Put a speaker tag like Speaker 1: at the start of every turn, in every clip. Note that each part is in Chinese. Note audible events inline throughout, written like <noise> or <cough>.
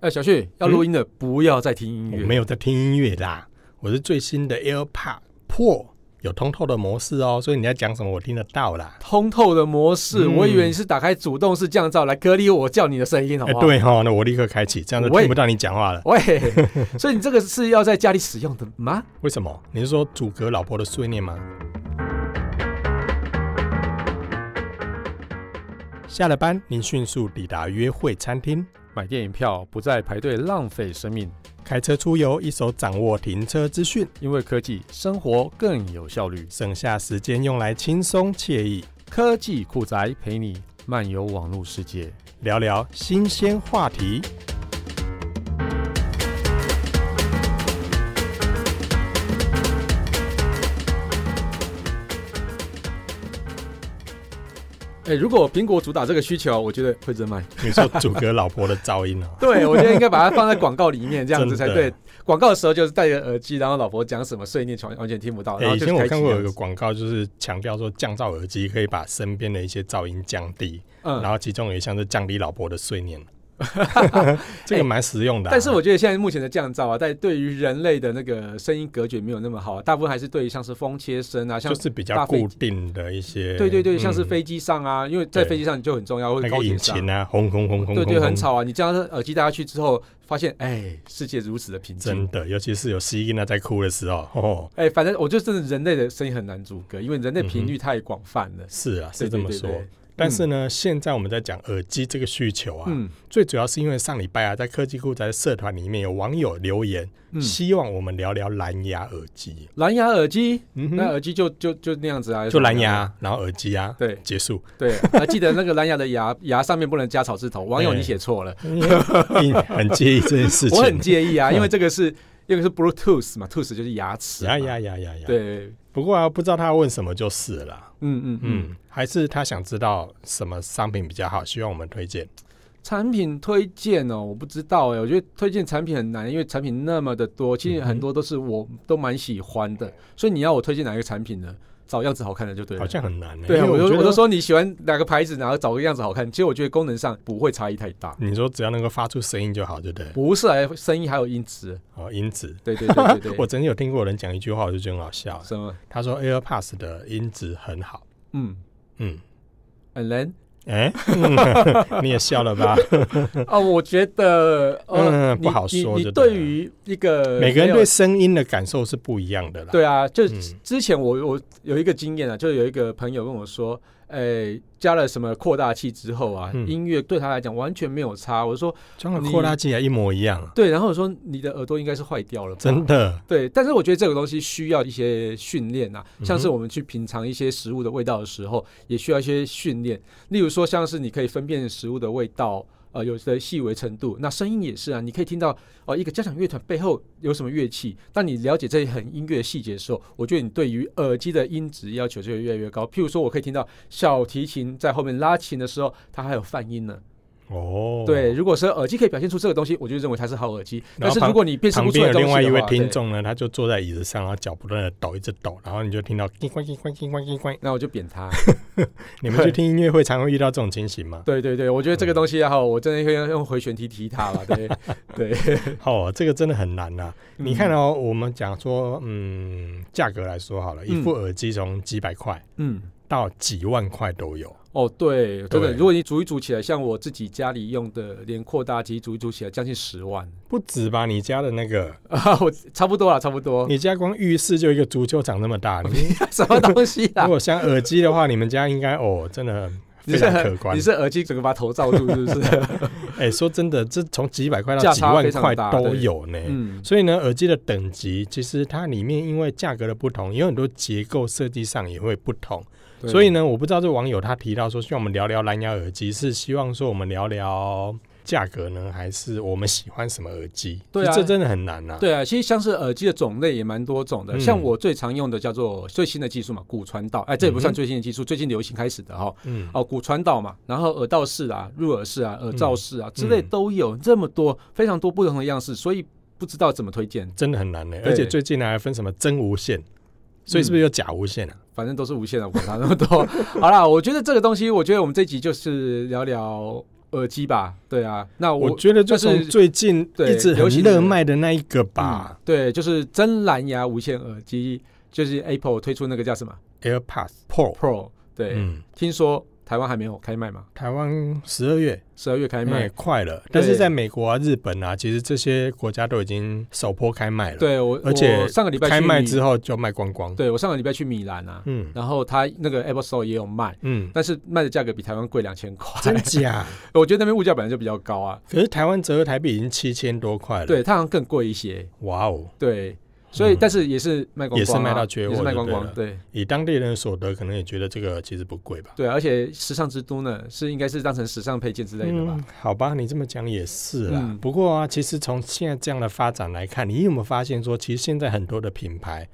Speaker 1: 哎、小旭要录音的，不要再听音
Speaker 2: 我
Speaker 1: 乐。
Speaker 2: 没有在听音乐啦，我是最新的 AirPod Pro 有通透的模式哦，所以你在讲什么我听得到啦。
Speaker 1: 通透的模式，
Speaker 2: 嗯
Speaker 1: 我以为你是打开主动式降噪来隔离我叫你的声音，好
Speaker 2: 哎、
Speaker 1: 不好？
Speaker 2: 对哈，那我立刻开启，这样就
Speaker 1: 喂
Speaker 2: 听不到你讲话了。
Speaker 1: 喂， <laughs> 所以你这个是要在家里使用的吗？
Speaker 2: 为什么？你是说阻隔老婆的碎念吗？下了班，您迅速抵达约会餐厅，
Speaker 3: 买电影票不再排队浪费生命，
Speaker 2: 开车出游，一手掌握停车资讯，
Speaker 3: 因为科技生活更有效率。
Speaker 2: 省下时间用来轻松惬意，
Speaker 3: 科技酷宅陪你漫游网络世界。
Speaker 2: 聊聊新鲜话题。
Speaker 1: 哎、如果苹果主打这个需求，我觉得会热卖。、
Speaker 2: 你说阻隔老婆的噪音哦
Speaker 1: <laughs> 对，我觉得应该把它放在广告里面，这样子才
Speaker 2: 真的
Speaker 1: 对。广告的时候就是戴着耳机，然后老婆讲什么碎念，全完全听不到。然
Speaker 2: 欸
Speaker 1: 后
Speaker 2: 以
Speaker 1: 就哎
Speaker 2: 前我
Speaker 1: 开启
Speaker 2: 看过
Speaker 1: 这
Speaker 2: 有
Speaker 1: 样
Speaker 2: 一个
Speaker 1: 子
Speaker 2: 广告，就是强调说降噪耳机可以把身边的一些噪音降低，
Speaker 1: 嗯
Speaker 2: 然后其中有一项是降低老婆的
Speaker 1: <laughs>
Speaker 2: 睡眠，这个蛮实用的啊、
Speaker 1: 但是我觉得现在目前的降噪啊，在对于人类的那个声音隔绝没有那么好、啊，大部分还是对于像是风切声啊，像
Speaker 2: 就是比
Speaker 1: 大
Speaker 2: 较
Speaker 1: 飞
Speaker 2: 固定的一些，
Speaker 1: 对对对，
Speaker 2: 嗯
Speaker 1: 像是飞机上啊，因为在
Speaker 2: 对
Speaker 1: 飞机上你就很重要，或者
Speaker 2: 那
Speaker 1: 高
Speaker 2: 个
Speaker 1: 铁
Speaker 2: 引
Speaker 1: 上，
Speaker 2: 擎啊，轰轰轰轰轰，
Speaker 1: 对对，
Speaker 2: 轰
Speaker 1: 很。吵啊。你将耳机戴下去之后，发现哎，世界如此的平
Speaker 2: 真
Speaker 1: 静。
Speaker 2: 的，尤其是有吸音啊，在哭的时候，哦，
Speaker 1: 哎，反正我就真的人类的声音很难阻隔，因为人类
Speaker 2: 嗯
Speaker 1: 频率太广泛了。
Speaker 2: 是啊，
Speaker 1: 对
Speaker 2: 是这么说。
Speaker 1: 对嗯对对
Speaker 2: 但是呢，现在我们在讲耳机这个需求啊，
Speaker 1: 嗯
Speaker 2: 最主要是因为上礼拜啊，在科技酷宅社团里面有网友留言，
Speaker 1: 嗯，
Speaker 2: 希望我们聊聊蓝牙耳机。
Speaker 1: 蓝牙耳机，
Speaker 2: 嗯
Speaker 1: 那耳机就就就那样子啊，有什
Speaker 2: 就
Speaker 1: 么
Speaker 2: 蓝
Speaker 1: 样
Speaker 2: 牙，然后耳机啊，
Speaker 1: 对
Speaker 2: 结束。
Speaker 1: 对， <laughs> 啊，记得那个蓝牙的牙牙上面不能加草字头。网友
Speaker 2: 对
Speaker 1: 你写错了，
Speaker 2: 你很介意这件事情，嗯
Speaker 1: 我很介意啊，因为这个是一个是 Bluetooth 嘛，tooth 就是牙齿嘛，
Speaker 2: 呀啊呀呀呀呀！，
Speaker 1: 对，
Speaker 2: 不过啊，不知道他问什么就是了啦。
Speaker 1: 嗯嗯嗯。
Speaker 2: 嗯，还是他想知道什么商品比较好，希望我们推荐。
Speaker 1: 产品推荐哦，我不知道哎，我觉得推荐产品很难，因为产品那么的多，其实
Speaker 2: 嗯哼
Speaker 1: 很多都是我都蛮喜欢的，所以你要我推荐哪一个产品呢？找样子好看的就对了。
Speaker 2: 嗯好像很难呢、欸
Speaker 1: 对啊，
Speaker 2: 因为
Speaker 1: 我
Speaker 2: 我
Speaker 1: 就
Speaker 2: 觉
Speaker 1: 我
Speaker 2: 得
Speaker 1: 就说你喜欢哪个牌子，然后找个样子好看。其实我觉得功能上不会差异太
Speaker 2: <laughs>
Speaker 1: 大，
Speaker 2: 你说只要能够发出声音就好，对不对？
Speaker 1: 不是还声音还有音质。
Speaker 2: 哦，音质。
Speaker 1: 对对对对
Speaker 2: <laughs> 我
Speaker 1: 对，
Speaker 2: 曾经有听过有人讲一句话，我就觉得很好笑。
Speaker 1: 什么？
Speaker 2: 他说 AirPods 的音质很好。
Speaker 1: 嗯
Speaker 2: 嗯，
Speaker 1: <laughs> ，And then
Speaker 2: 哎、嗯 <laughs> 你也笑了吧？
Speaker 1: <laughs> 哦，我觉得呃，
Speaker 2: 嗯
Speaker 1: 你
Speaker 2: 不好说
Speaker 1: 你
Speaker 2: 就
Speaker 1: 你
Speaker 2: 对了
Speaker 1: 对于一个
Speaker 2: 每个人
Speaker 1: 没有
Speaker 2: 对声音的感受是不一样的啦。
Speaker 1: 对啊，就
Speaker 2: 嗯
Speaker 1: 之前我我有一个经验啊，就有一个朋友跟我说，诶、加了什么扩大器之后啊，
Speaker 2: 嗯
Speaker 1: 音乐对他来讲完全没有差。我说
Speaker 2: 装了扩大器也一模一样，啊
Speaker 1: 对，然后我说你的耳朵应该是坏掉了吧，
Speaker 2: 真的。
Speaker 1: 对，但是我觉得这个东西需要一些训练啊，像是
Speaker 2: 嗯哼
Speaker 1: 我们去品尝一些食物的味道的时候，也需要一些训练。例如说，像是你可以分辨食物的味道，呃，有的细微程度。那声音也是啊，你可以听到呃一个交响乐团背后有什么乐器。当你了解这些很音乐的细节的时候，我觉得你对于耳机的音质要求就会越来越高。譬如说，我可以听到小提琴在后面拉琴的时候，它还有泛音呢。
Speaker 2: 哦，
Speaker 1: 对，如果是耳机可以表现出这个东西，我就认为它是好耳机。
Speaker 2: 然
Speaker 1: 但
Speaker 2: 后
Speaker 1: 是如
Speaker 2: 旁
Speaker 1: 果你辨识
Speaker 2: 旁
Speaker 1: 不出来
Speaker 2: 边有
Speaker 1: 东西的
Speaker 2: 另外一位
Speaker 1: 话
Speaker 2: 听
Speaker 1: 对
Speaker 2: 众呢，他就坐在椅子上，然后脚不断的抖，一直抖，然后你就听到叮咣叮咣叮咣叮咣。
Speaker 1: 那我就扁他。
Speaker 2: 你们去听音乐会常会遇到这种情形吗？
Speaker 1: 对对对，我觉得这个东西也好，我真的会用回旋踢踢它吧。对对，
Speaker 2: 哦，这个真的很难呐、 <laughs> 你看
Speaker 1: 到
Speaker 2: 哦，我们讲说，嗯，价格来说好了，一副耳机从几百块
Speaker 1: 嗯。
Speaker 2: 到几万块都有。
Speaker 1: 哦，对，真的，
Speaker 2: 对
Speaker 1: 如果你组一组起来，像我自己家里用的，连扩大机组一组起来，将近十万
Speaker 2: 不止吧？你家的那个，
Speaker 1: 啊，我差不多啦，差不多。
Speaker 2: 你家光浴室就一个足球场那么大。你
Speaker 1: 什么东西
Speaker 2: 如 <laughs>
Speaker 1: 啦？
Speaker 2: 果像耳机的话，你们家应该哦，真的
Speaker 1: 你
Speaker 2: 非
Speaker 1: 是
Speaker 2: 常可
Speaker 1: 很
Speaker 2: 观
Speaker 1: 你。是耳机整个把头罩住，是
Speaker 2: <laughs>
Speaker 1: 不是？
Speaker 2: 哎、说真的，这从几百块
Speaker 1: 价
Speaker 2: 到几
Speaker 1: 差
Speaker 2: 万
Speaker 1: 非常
Speaker 2: 块
Speaker 1: 大
Speaker 2: 都
Speaker 1: 对
Speaker 2: 有呢。
Speaker 1: 嗯，
Speaker 2: 所以呢，耳机的等级其实它里面因为价格的不同，有很多结构设计上也会不同。
Speaker 1: 对
Speaker 2: 所以呢，我不知道这网友他提到说，希望我们聊聊蓝牙耳机，是希望说我们聊聊价格呢，还是我们喜欢什么耳机？
Speaker 1: 对啊
Speaker 2: 这真的很难啊。
Speaker 1: 对啊，其实像是耳机的种类也蛮多种的，
Speaker 2: 嗯
Speaker 1: 像我最常用的叫做最新的技术嘛，骨传导，哎，这也不算最新的技术，最近流行开始的哈、
Speaker 2: 嗯，
Speaker 1: 哦，骨传导嘛，然后耳道式啊、入耳式啊、耳罩式啊、之类
Speaker 2: 嗯
Speaker 1: 都有这么多非常多不同的样式，所以不知道怎么推荐，
Speaker 2: 真的很难呢、
Speaker 1: 对
Speaker 2: 而且最近呢还分什么真无线，所以是不是有假无线啊？
Speaker 1: 反 <laughs> 正都是无限的，我管它那么多。好啦，我觉得这个东西，我觉得我们这集就是聊聊耳机吧，对啊，那我
Speaker 2: 我觉得就
Speaker 1: 但
Speaker 2: 从
Speaker 1: 是
Speaker 2: 最近
Speaker 1: 对
Speaker 2: 一直
Speaker 1: 流
Speaker 2: 很
Speaker 1: 行的
Speaker 2: 热卖的那一个吧、
Speaker 1: 嗯对，就是真蓝牙无线耳机，就是 Apple 推出那个叫什么
Speaker 2: a i r p o d s Pro，
Speaker 1: Pro，对，
Speaker 2: 哦嗯，
Speaker 1: 听说台湾还没有开卖嘛，
Speaker 2: 台湾十二月
Speaker 1: 十二月开卖。
Speaker 2: 也哎快了，但
Speaker 1: 对
Speaker 2: 是在美国啊、日本啊，其实这些国家都已经首波开卖了，，
Speaker 1: 对我，
Speaker 2: 而且
Speaker 1: 我上个礼拜去
Speaker 2: 开卖
Speaker 1: 米
Speaker 2: 之后就卖光光，，
Speaker 1: 对我上个礼拜去米兰啊，
Speaker 2: 嗯
Speaker 1: 然后它那个 Apple Store 也有卖， <laughs>
Speaker 2: 嗯，
Speaker 1: 但是卖的价格比台湾贵两千块，
Speaker 2: 真假？
Speaker 1: <laughs> 我觉得那边物价本来就比较高啊，
Speaker 2: 可是台湾折合台币已经七千多块了，，
Speaker 1: 对，它好像更贵一些，
Speaker 2: 哇哦，
Speaker 1: 对，所以、
Speaker 2: 嗯
Speaker 1: 但是也是卖光光啊、
Speaker 2: 也是卖到缺货
Speaker 1: 也是卖光
Speaker 2: 就
Speaker 1: 光，
Speaker 2: 对
Speaker 1: 对
Speaker 2: 以当地人的所得，可能也觉得这个其实不贵吧。
Speaker 1: 对，啊而且时尚之都呢，是应该是当成时尚配件之类的吧？
Speaker 2: 嗯，好吧，你这么讲也是啦。
Speaker 1: 嗯
Speaker 2: 不过啊，其实从现在这样的发展来看，你有没有发现说，其实现在很多的品牌，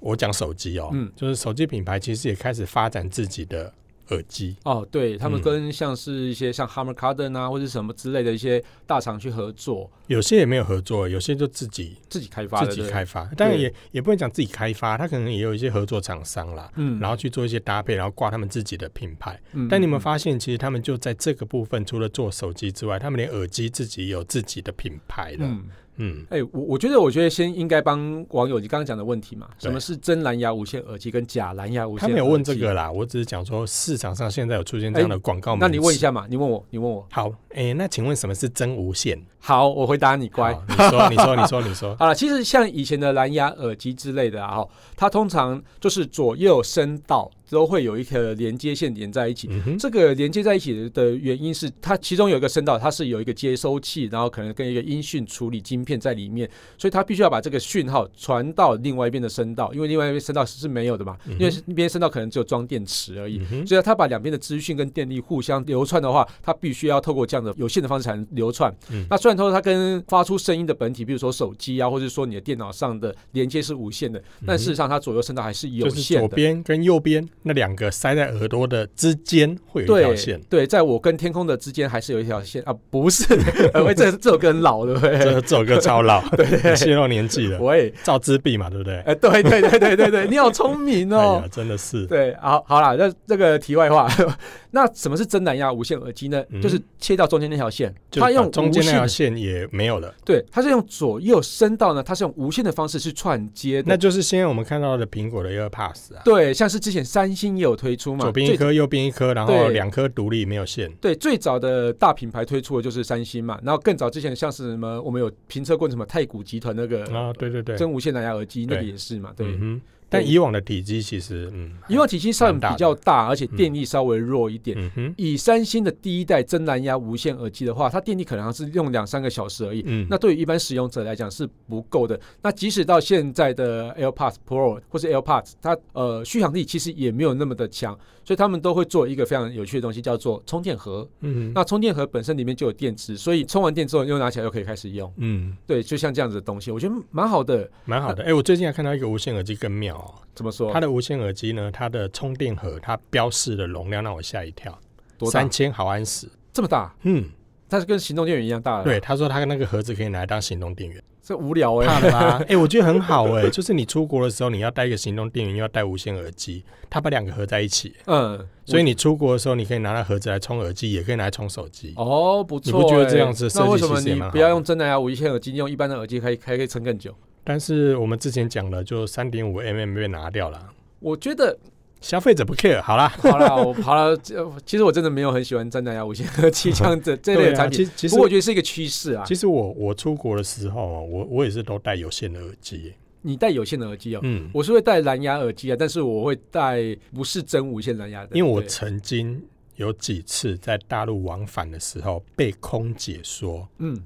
Speaker 2: 我讲手机哦，
Speaker 1: 嗯
Speaker 2: 就是手机品牌其实也开始发展自己的耳机。
Speaker 1: 哦，对他们
Speaker 2: 嗯
Speaker 1: 跟像是一些像 Harman Kardon 啊，或者什么之类的一些大厂去合作，
Speaker 2: 有些也没有合作，有些就自己
Speaker 1: 自己开发的，
Speaker 2: 自己
Speaker 1: 对
Speaker 2: 开发，当然也也不能讲自己开发，它可能也有一些合作厂商啦，
Speaker 1: 嗯，
Speaker 2: 然后去做一些搭配，然后挂他们自己的品牌。
Speaker 1: 嗯，
Speaker 2: 但你有没有
Speaker 1: 嗯
Speaker 2: 发现，其实他们就在这个部分，除了做手机之外，他们连耳机自己有自己的品牌了。
Speaker 1: 嗯，
Speaker 2: 嗯
Speaker 1: 哎、我我觉得，我觉得先应该帮网友你刚刚讲的问题嘛，
Speaker 2: 对
Speaker 1: 什么是真蓝牙无线耳机跟假蓝牙无线？
Speaker 2: 他没有问这个，啦，我只是讲说市场上现在有出现这样的广告、
Speaker 1: 嗯那你问一。下嘛，你问我，你问我，
Speaker 2: 好，哎、那请问什么是真无线？
Speaker 1: 好，我回答你，乖。
Speaker 2: 好你说，你说，你说，你说。
Speaker 1: <laughs> 好了，其实像以前的蓝牙耳机之类的啊，哦它通常就是左右声道都会有一条连接线连在一起。
Speaker 2: 嗯哼，
Speaker 1: 这个连接在一起的原因是，它其中有一个声道，它是有一个接收器，然后可能跟一个音讯处理晶片在里面，所以它必须要把这个讯号传到另外一边的声道，因为另外一边声道是没有的嘛，因为那边声道可能只有装电池而已。
Speaker 2: 嗯哼，
Speaker 1: 所以它把两边的资讯跟电力互相流窜的话，它必须要透过这样的有线的方式才能流窜。
Speaker 2: 嗯
Speaker 1: 那虽然说它跟发出声音的本体，比如说手机啊，或者说你的电脑上的连接是无线的，但事实上它左右声道还是有
Speaker 2: 嗯就是
Speaker 1: 线
Speaker 2: 左
Speaker 1: 的。
Speaker 2: 边跟右边那两个塞在耳朵的之间会有一条线，
Speaker 1: 对，在我跟天空的之间还是有一条线啊，不是，呃喂，这这首歌很老了，
Speaker 2: 这
Speaker 1: 喂，
Speaker 2: 这首歌
Speaker 1: <laughs>
Speaker 2: 超老，对， <laughs> 泄露年纪了。
Speaker 1: 喂，
Speaker 2: 赵之璧嘛，对不对？
Speaker 1: 哎，对对对对对对，你好聪明
Speaker 2: 哎
Speaker 1: 哦
Speaker 2: 呀，，真的是，
Speaker 1: 对，好，好啦，那这个题外话， <laughs> 那什么是真蓝牙无线耳机呢？
Speaker 2: 嗯
Speaker 1: 就是切掉中间那条线，
Speaker 2: 就
Speaker 1: 它
Speaker 2: 把
Speaker 1: 用
Speaker 2: 中
Speaker 1: 无
Speaker 2: 间那
Speaker 1: 线
Speaker 2: 条线也没有了。
Speaker 1: 对，它是用左右声道呢，它是用无线的方式去串接的。
Speaker 2: 那就是现在我们看到的苹果的 AirPods 啊，
Speaker 1: 对，像是之前三星也有推出嘛，
Speaker 2: 左边一
Speaker 1: 最
Speaker 2: 颗，右边一颗，然后
Speaker 1: 对
Speaker 2: 两颗独立没有线。
Speaker 1: 对，最早的大品牌推出的就是三星嘛，然后更早之前像是什么，我们有评测过什么太古集团那个
Speaker 2: 啊，对对对，
Speaker 1: 真无线蓝牙耳机，那个
Speaker 2: 对
Speaker 1: 也是嘛，对。
Speaker 2: 嗯哼，但以往的体积其实，嗯，
Speaker 1: 因为体积上
Speaker 2: 蛮大的
Speaker 1: 比较大，而且电力稍微弱一点。
Speaker 2: 嗯哼，
Speaker 1: 以三星的第一代真蓝牙无线耳机的话，它电力可能是用两三个小时而已，
Speaker 2: 嗯，
Speaker 1: 那对于一般使用者来讲是不够的。那即使到现在的 AirPods Pro 或是 AirPods，它呃续航力其实也没有那么的强，所以他们都会做一个非常有趣的东西，叫做充电盒。
Speaker 2: 嗯
Speaker 1: 那充电盒本身里面就有电池，所以充完电之后又拿起来又可以开始用。
Speaker 2: 嗯，
Speaker 1: 对，就像这样子的东西，我觉得蛮好的。
Speaker 2: 蛮好的。哎，我最近还看到一个无线耳机更妙哦，
Speaker 1: 怎么说？
Speaker 2: 它的无线耳机呢，它的充电盒它标示的容量让我吓一跳，
Speaker 1: 多大
Speaker 2: 三？千毫安时。
Speaker 1: 这么大？
Speaker 2: 嗯，
Speaker 1: 它是跟行动电源一样大的。，
Speaker 2: 对，他说他那个盒子可以拿来当行
Speaker 1: <laughs>
Speaker 2: 动电源，
Speaker 1: 这无聊哎、
Speaker 2: 怕了吧？哎、我觉得很好哎、 <laughs> 就是你出国的时候，你要带一个行动电源，又要带无线耳机，它把两个合在一起，
Speaker 1: 嗯，
Speaker 2: 所以你出国的时候，你可以拿那盒子来充耳机，也可以拿来充手机。
Speaker 1: 哦，不错、欸。
Speaker 2: 你不觉得这样子设计
Speaker 1: 那为什么
Speaker 2: 其实也
Speaker 1: 你
Speaker 2: 蛮好
Speaker 1: 不要
Speaker 2: 的
Speaker 1: 用真蓝牙无线耳机，用一般的耳机还还可以撑更久？
Speaker 2: 但是我们之前讲了，就三点五 mm 被拿掉了，
Speaker 1: 我觉得
Speaker 2: 消费者不 care。好
Speaker 1: <laughs>
Speaker 2: 啦，
Speaker 1: 好了，我好了，这其实我真的没有很喜欢真蓝牙无线耳机这样
Speaker 2: <laughs>
Speaker 1: 子这类
Speaker 2: 对
Speaker 1: 的
Speaker 2: 啊，
Speaker 1: 产
Speaker 2: 其
Speaker 1: 品，
Speaker 2: 实其
Speaker 1: 不
Speaker 2: 实
Speaker 1: 过我觉得是一个趋势啊。
Speaker 2: 其实我我出国的时候啊，我我也是都戴有线的耳机。
Speaker 1: 你戴有线的耳机哦，
Speaker 2: 嗯，
Speaker 1: 我是会戴蓝牙耳机啊，但是我会戴不是真无线蓝牙的，
Speaker 2: 因为我
Speaker 1: 对
Speaker 2: 曾经有几次在大陆往返的时候被空姐说
Speaker 1: 嗯，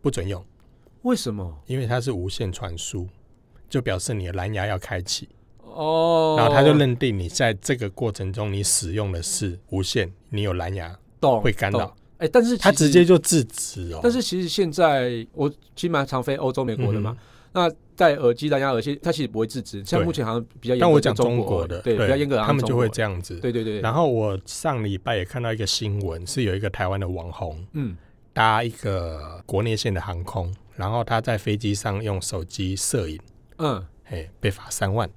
Speaker 2: 不准用，
Speaker 1: 为什么？
Speaker 2: 因为它是无线传输，就表示你的蓝牙要开启，
Speaker 1: 哦，
Speaker 2: 然后他就认定你在这个过程中你使用的是无线，你有蓝牙
Speaker 1: 懂
Speaker 2: 会干。扰
Speaker 1: 懂，哎，但是
Speaker 2: 他
Speaker 1: 其实
Speaker 2: 直接，就制止哦。
Speaker 1: 但是其实现在我其实蛮常飞欧洲、美国的嘛。那戴耳机、蓝牙耳机，它其实不会制止。像
Speaker 2: 嗯对
Speaker 1: 目前好像比较严格，
Speaker 2: 但我讲
Speaker 1: 中欸
Speaker 2: 中国的，
Speaker 1: 对，比较严格，
Speaker 2: 他们就会
Speaker 1: 样。
Speaker 2: 这样子。
Speaker 1: 对对对，
Speaker 2: 然后我上礼拜也看到一个新闻，是有一个台湾的网红
Speaker 1: 嗯，
Speaker 2: 搭一个国内线的航空，然后他在飞机上用手机摄影，
Speaker 1: 嗯，
Speaker 2: 哎，被罚三万。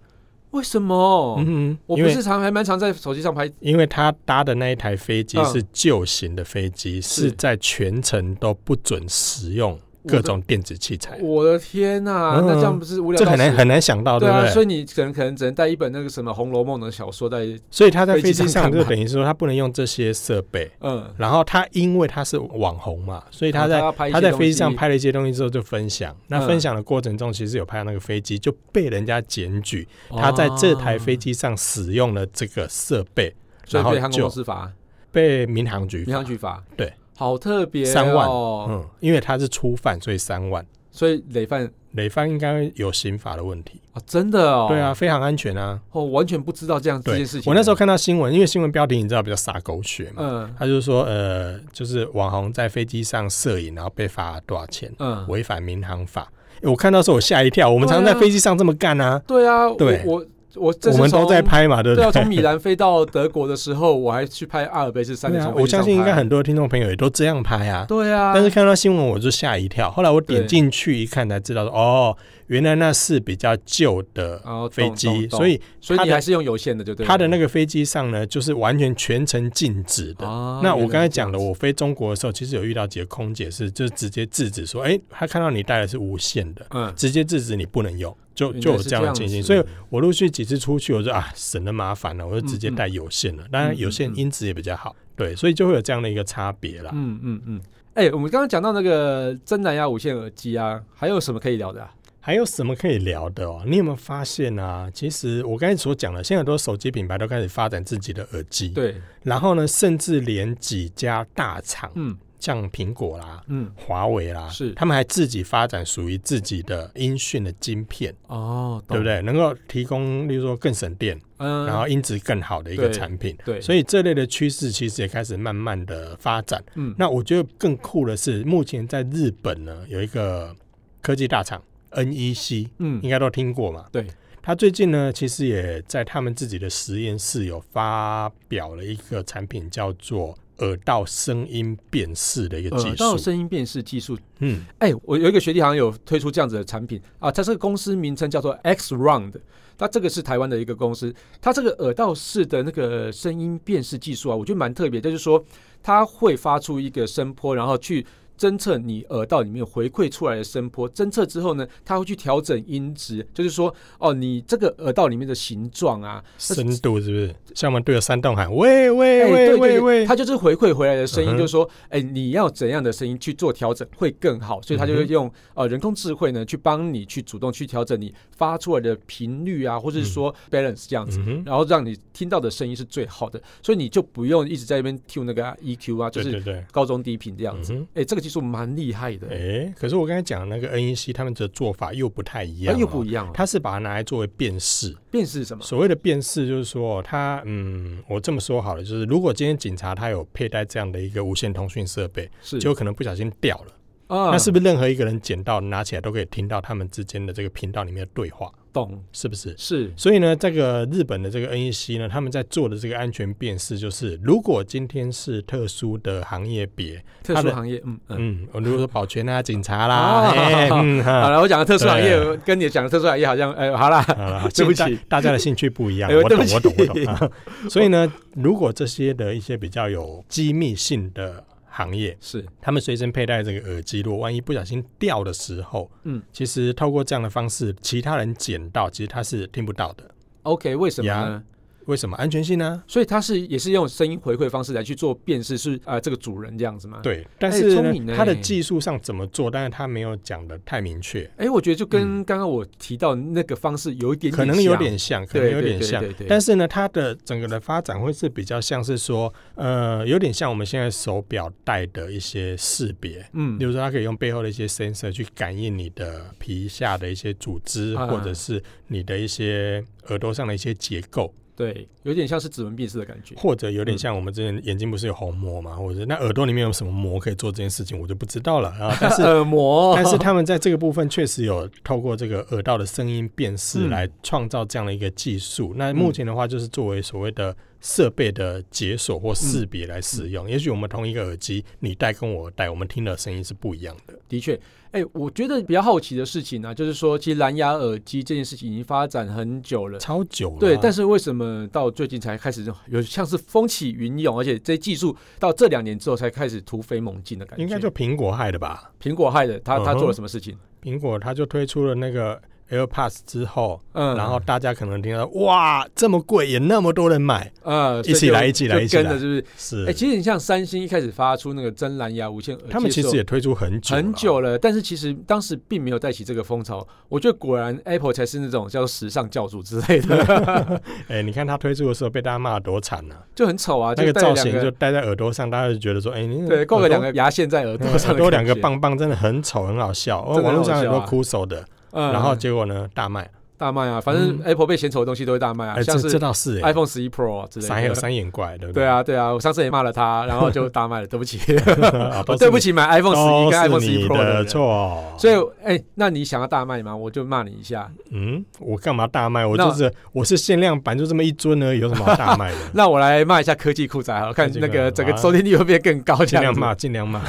Speaker 1: 为什么？哦
Speaker 2: 嗯
Speaker 1: 我不
Speaker 2: 哼，因
Speaker 1: 是
Speaker 2: 为
Speaker 1: 常还蛮常在手机上拍，
Speaker 2: 因为他搭的那一台飞机
Speaker 1: 嗯
Speaker 2: 是旧型的飞机，
Speaker 1: 是
Speaker 2: 是在全程都不准使用各种电子器材，
Speaker 1: 我的天呐、
Speaker 2: 嗯
Speaker 1: 那这样不是无聊
Speaker 2: 这
Speaker 1: 到死？
Speaker 2: 很难很难想到，
Speaker 1: 对
Speaker 2: 对不
Speaker 1: 啊，所
Speaker 2: 对？
Speaker 1: 以你可能可能只能带一本那个什么《红楼梦》的小说在，
Speaker 2: 所以他在
Speaker 1: 飞机
Speaker 2: 飞机
Speaker 1: 上
Speaker 2: 上
Speaker 1: 看
Speaker 2: 就
Speaker 1: 嘛
Speaker 2: 等于说他不能用这些设备。
Speaker 1: 嗯，
Speaker 2: 然后他因为他是网红嘛，所以他在
Speaker 1: 啊要拍一些
Speaker 2: 他在飞机上
Speaker 1: 东西，
Speaker 2: 拍了一些东西之后就分享。那
Speaker 1: 嗯
Speaker 2: 分享的过程中，其实有拍到那个飞机就被人家检举，他在这台飞
Speaker 1: 机，
Speaker 2: 机上使用了这个设备，
Speaker 1: 哦所以
Speaker 2: 然后
Speaker 1: 被航空
Speaker 2: 就
Speaker 1: 公司罚，
Speaker 2: 被民航局
Speaker 1: 民航
Speaker 2: 罚
Speaker 1: 局罚，
Speaker 2: 对，
Speaker 1: 好特别、哦，
Speaker 2: 三万，嗯，因为他是初犯，所以三万。
Speaker 1: 所以累犯
Speaker 2: 累犯应该有刑法的问题，
Speaker 1: 啊，真的哦，
Speaker 2: 对啊，，非常安全啊。
Speaker 1: 我、完全不知道这样这
Speaker 2: 对
Speaker 1: 件事，情。啊
Speaker 2: 我那时候，看到新闻，因为新闻标题你知道比较洒狗血嘛，
Speaker 1: 嗯
Speaker 2: 他就是说呃，就是网红在飞机上摄影，然后被罚多少钱，
Speaker 1: 嗯，
Speaker 2: 违反民航法。诶我看到的时候我吓一跳，我们常常
Speaker 1: 对啊
Speaker 2: 在飞机上这么干啊，
Speaker 1: 对啊，
Speaker 2: 对
Speaker 1: 我我我这
Speaker 2: 我
Speaker 1: 是
Speaker 2: 们都
Speaker 1: 从
Speaker 2: 在。拍嘛，对不
Speaker 1: 对啊，
Speaker 2: 对？
Speaker 1: 从
Speaker 2: <laughs>
Speaker 1: 米兰飞到德国的时候，我还去拍阿尔卑斯山
Speaker 2: 对
Speaker 1: 的
Speaker 2: 啊
Speaker 1: 从飞
Speaker 2: 我
Speaker 1: 机上
Speaker 2: 相信应该
Speaker 1: 拍
Speaker 2: 很多听众朋友也都这样拍啊。
Speaker 1: 对啊，
Speaker 2: 但是看到新闻我就吓一跳，后来我点
Speaker 1: 对
Speaker 2: 进去一看才知道说，哦，原来那是比较旧的
Speaker 1: 哦
Speaker 2: 飞
Speaker 1: 懂
Speaker 2: 机，
Speaker 1: 懂懂
Speaker 2: 所以
Speaker 1: 所以
Speaker 2: 它
Speaker 1: 你
Speaker 2: 的
Speaker 1: 还是用有线的就对了。
Speaker 2: 它的那个飞机上呢，就是完全全程禁止的。
Speaker 1: 啊
Speaker 2: 那我刚才讲的，
Speaker 1: 原来
Speaker 2: 我飞中国的时候，其实有遇到几个空姐是，就是直接制止说，哎、她看到你带的是无线的，
Speaker 1: 嗯，
Speaker 2: 直接制止你不能用，就
Speaker 1: 原
Speaker 2: 就
Speaker 1: 来
Speaker 2: 有
Speaker 1: 是
Speaker 2: 这
Speaker 1: 这
Speaker 2: 样的
Speaker 1: 样
Speaker 2: 情形。
Speaker 1: 子
Speaker 2: 所以我陆续几次出去，我就啊省了麻烦了，我就直接
Speaker 1: 嗯嗯
Speaker 2: 带有线了。当然有
Speaker 1: 嗯
Speaker 2: 线
Speaker 1: 嗯
Speaker 2: 音质也比较好，对，所以就会有这样的一个差别啦。
Speaker 1: 嗯嗯嗯。哎、我们刚刚讲到那个真蓝牙无线耳机啊，还有什么可以聊的、啊？
Speaker 2: 还有什么可以聊的哦？你有没有发现啊？其实我刚才所讲的，现在很多手机品牌都开始发展自己的耳机，，
Speaker 1: 对，
Speaker 2: 然后呢，甚至连几家大厂，
Speaker 1: 嗯
Speaker 2: 像苹果啦。
Speaker 1: 嗯，
Speaker 2: 华为啦，
Speaker 1: 是
Speaker 2: 他们还自己发展属于自己的音讯的晶片，
Speaker 1: 哦，
Speaker 2: 对不？对？能够提供，例如说更省电，
Speaker 1: 嗯，
Speaker 2: 然后音质更好的一个
Speaker 1: 对
Speaker 2: 产品。
Speaker 1: 对，
Speaker 2: 所以这类的趋势其实也开始慢慢的发展。
Speaker 1: 嗯，
Speaker 2: 那我觉得更酷的是，目前在日本呢有一个科技大厂 E NEC，
Speaker 1: 嗯
Speaker 2: 应该都听过嘛。
Speaker 1: 对，
Speaker 2: 他最近呢，其实也在他们自己的实验室有发表了一个产品，叫做耳道声音辨识的一个技
Speaker 1: 耳
Speaker 2: 术
Speaker 1: 道。呃声音辨识技术，
Speaker 2: 嗯，
Speaker 1: 哎、我有一个学弟好像有推出这样子的产品啊，它这个公司名称叫做 X Round，它这个是台湾的一个公司，它这个耳道式的那个声音辨识技术啊，我觉得蛮特别，就是说它会发出一个声波，然后去。侦测你耳道里面回馈出来的声波，侦测之后呢，它会去调整音质，就是说，哦，你这个耳道里面的形状啊，
Speaker 2: 深度是不是？像我们对着山洞喊喂
Speaker 1: 哎、
Speaker 2: 喂喂
Speaker 1: 对
Speaker 2: 喂
Speaker 1: 对对，
Speaker 2: 喂，
Speaker 1: 它就是回馈回来的声音，
Speaker 2: 嗯哼
Speaker 1: 就是说，哎、你要怎样的声音去做调整会更好，所以它就会
Speaker 2: 嗯哼
Speaker 1: 用、呃人工智慧呢去帮你去主动去调整你发出来的频率啊，或者是说 balance 这样子。
Speaker 2: 嗯哼，
Speaker 1: 然后让你听到的声音是最好的，所以你就不用一直在那边 tune 那个 EQ 啊，就
Speaker 2: 对
Speaker 1: 是嗯
Speaker 2: 对对，
Speaker 1: 高中低频这样
Speaker 2: 嗯
Speaker 1: 子。
Speaker 2: 哼。
Speaker 1: 哎、这个技术蛮厉害的，
Speaker 2: 哎，可是我刚才讲的那个 NEC 他们的做法又不太一
Speaker 1: 哎
Speaker 2: 样、
Speaker 1: 又不
Speaker 2: 样。
Speaker 1: 一样了。
Speaker 2: 它是把它拿来作为辨识，
Speaker 1: 辨识什么？
Speaker 2: 所谓的辨识就是说，它嗯，我这么说好了，就是如果今天警察他有佩戴这样的一个无线通讯设备，
Speaker 1: 是
Speaker 2: 结果可能不小心掉了，
Speaker 1: 啊
Speaker 2: 那是不是任何一个人捡到拿起来都可以听到他们之间的这个频道里面的对话，
Speaker 1: 懂
Speaker 2: 是不是？
Speaker 1: 是
Speaker 2: 所以呢，这个日本的这个 NEC 呢，他们在做的这个安全辨识，就是如果今天是特殊的行业别，
Speaker 1: 特
Speaker 2: 它
Speaker 1: 殊
Speaker 2: 的
Speaker 1: 行业，嗯嗯。
Speaker 2: 嗯，我如果说保全啊、警察
Speaker 1: 啊
Speaker 2: 啦，哎
Speaker 1: <laughs>
Speaker 2: 嗯
Speaker 1: 好
Speaker 2: 哈，
Speaker 1: 了，我讲的特殊行业
Speaker 2: 对
Speaker 1: 跟你讲的特殊行业好像，哎、好啦，
Speaker 2: 好啦
Speaker 1: 对不起
Speaker 2: 大大家的兴趣不一样，
Speaker 1: 哎呦
Speaker 2: 我
Speaker 1: 对
Speaker 2: 懂
Speaker 1: 不起，
Speaker 2: 我懂，我懂。啊所以呢，如果这些的一些比较有机密性的行业，
Speaker 1: 是
Speaker 2: 他们随身佩戴这个耳机，如果万一不小心掉的时候，
Speaker 1: 嗯，
Speaker 2: 其实透过这样的方式，其他人捡到，其实他是听不到的。
Speaker 1: OK，为什么
Speaker 2: 呀
Speaker 1: 呢？
Speaker 2: 为什么？安全性啊呢、
Speaker 1: 所以它是也是用声音回馈方式来去做辨识，是啊、呃这个主人这样子吗？。
Speaker 2: 对，但是
Speaker 1: 聪
Speaker 2: 呢
Speaker 1: 明欸
Speaker 2: 它的技术上怎么做，但是他没有讲的太明确，
Speaker 1: 哎，我觉得就跟刚刚我提到那个方式有一点点
Speaker 2: 嗯可能有点像，可
Speaker 1: 像，
Speaker 2: 能
Speaker 1: 对，
Speaker 2: 有点像
Speaker 1: 对。对对对
Speaker 2: 但是呢，它的整个的发展会是比较像是说，呃，有点像我们现在手表戴的一些识别，
Speaker 1: 嗯
Speaker 2: 比，如说它可以用背后的一些 sensor 去感应你的皮下的一些组织，
Speaker 1: 啊
Speaker 2: 或者是你的一些耳朵上的一些结构，
Speaker 1: 对，有点像是指纹辨识的感觉。
Speaker 2: 或者有点像我们之前眼睛不是有虹膜嘛，或者是那耳朵里面有什么膜可以做这件事情，我就不知道了啊。 <laughs> <laughs> 但
Speaker 1: <laughs>
Speaker 2: 是
Speaker 1: 耳膜，
Speaker 2: 但是他们在这个部分确实有透过这个耳道的声音辨识
Speaker 1: 嗯
Speaker 2: 嗯来创造这样的一个技术。那目前的话，就是作为所谓的设备的解锁或识别来使用。也许我们同一个耳机，你戴跟我戴，我们听的声音是不一样的。
Speaker 1: 的确，哎、我觉得比较好奇的事情呢、啊就是说，其实蓝牙耳机这件事情已经发展很久了。
Speaker 2: 超久了啊，
Speaker 1: 对，但是为什么到最近才开始有像是风起云涌，而且这技术到这两年之后才开始突飞猛进的感觉？
Speaker 2: 应该就苹果害的吧？
Speaker 1: 苹果害的，他他
Speaker 2: 嗯哼
Speaker 1: 做了什么事情？
Speaker 2: 苹果它就推出了那个 AirPods 之后，
Speaker 1: 嗯，
Speaker 2: 然后大家可能听到哇，这么贵，也那么多人买，
Speaker 1: 呃，所以
Speaker 2: 一起
Speaker 1: 就
Speaker 2: 来一起来
Speaker 1: 就
Speaker 2: 一起
Speaker 1: 跟
Speaker 2: 来
Speaker 1: 着是不是？
Speaker 2: 是，
Speaker 1: 哎、其实你像三星一开始发出那个真蓝牙无线耳机，
Speaker 2: 他们其实也。推出很久
Speaker 1: 很久
Speaker 2: 了，啊
Speaker 1: 了，但是其实当时并没有带起这个风潮。我觉得果然 Apple 才是那种叫时尚教主之类
Speaker 2: <laughs>
Speaker 1: 的，
Speaker 2: 哎、你看他推出的时候被大家骂得多惨啊，
Speaker 1: 就很丑啊，
Speaker 2: 那
Speaker 1: 就
Speaker 2: 个
Speaker 1: 戴了
Speaker 2: 造
Speaker 1: 两
Speaker 2: 型就
Speaker 1: 个
Speaker 2: 戴在耳朵上，大家就觉得说，哎、你
Speaker 1: 对，够
Speaker 2: 耳
Speaker 1: 了
Speaker 2: 朵
Speaker 1: 两个牙线在耳朵上，
Speaker 2: 耳朵两个，棒棒真的很丑，很好笑。
Speaker 1: 真的
Speaker 2: 网络
Speaker 1: 很
Speaker 2: 上
Speaker 1: 好
Speaker 2: 很
Speaker 1: 笑啊
Speaker 2: 多哭手的，
Speaker 1: 嗯，
Speaker 2: 然后结果呢大卖。
Speaker 1: 大卖啊，反正
Speaker 2: 嗯
Speaker 1: Apple 被嫌丑的东西都会大卖啊，
Speaker 2: 哎，
Speaker 1: 像
Speaker 2: 这这
Speaker 1: 是
Speaker 2: 倒是哎，
Speaker 1: iPhone 十一 Pro 啊之类的。
Speaker 2: 三有三眼怪，对不
Speaker 1: 对
Speaker 2: 对？
Speaker 1: 啊，对啊，我上次也骂了他，然后就大卖了，对不起，
Speaker 2: <laughs> 啊
Speaker 1: 我对不，起买 iPhone 十一
Speaker 2: 都
Speaker 1: 跟
Speaker 2: 是
Speaker 1: iPhone
Speaker 2: 都
Speaker 1: 十
Speaker 2: 是
Speaker 1: 一
Speaker 2: 你
Speaker 1: Pro
Speaker 2: 的
Speaker 1: 人。
Speaker 2: 错。
Speaker 1: 所以，哎、那你想要大卖吗？我就骂你一下。
Speaker 2: 嗯，我干嘛大卖？我
Speaker 1: 那
Speaker 2: 就是我是限量版，就这么一尊而已，有什么好大
Speaker 1: <laughs>
Speaker 2: 卖的？
Speaker 1: 那我来骂一下科技酷仔好了，看
Speaker 2: 科技
Speaker 1: 那
Speaker 2: 酷
Speaker 1: 个
Speaker 2: 仔
Speaker 1: 整个
Speaker 2: 好啊
Speaker 1: 收听率会不会更高？这
Speaker 2: 尽
Speaker 1: 样
Speaker 2: 量
Speaker 1: 子
Speaker 2: 骂，尽量骂。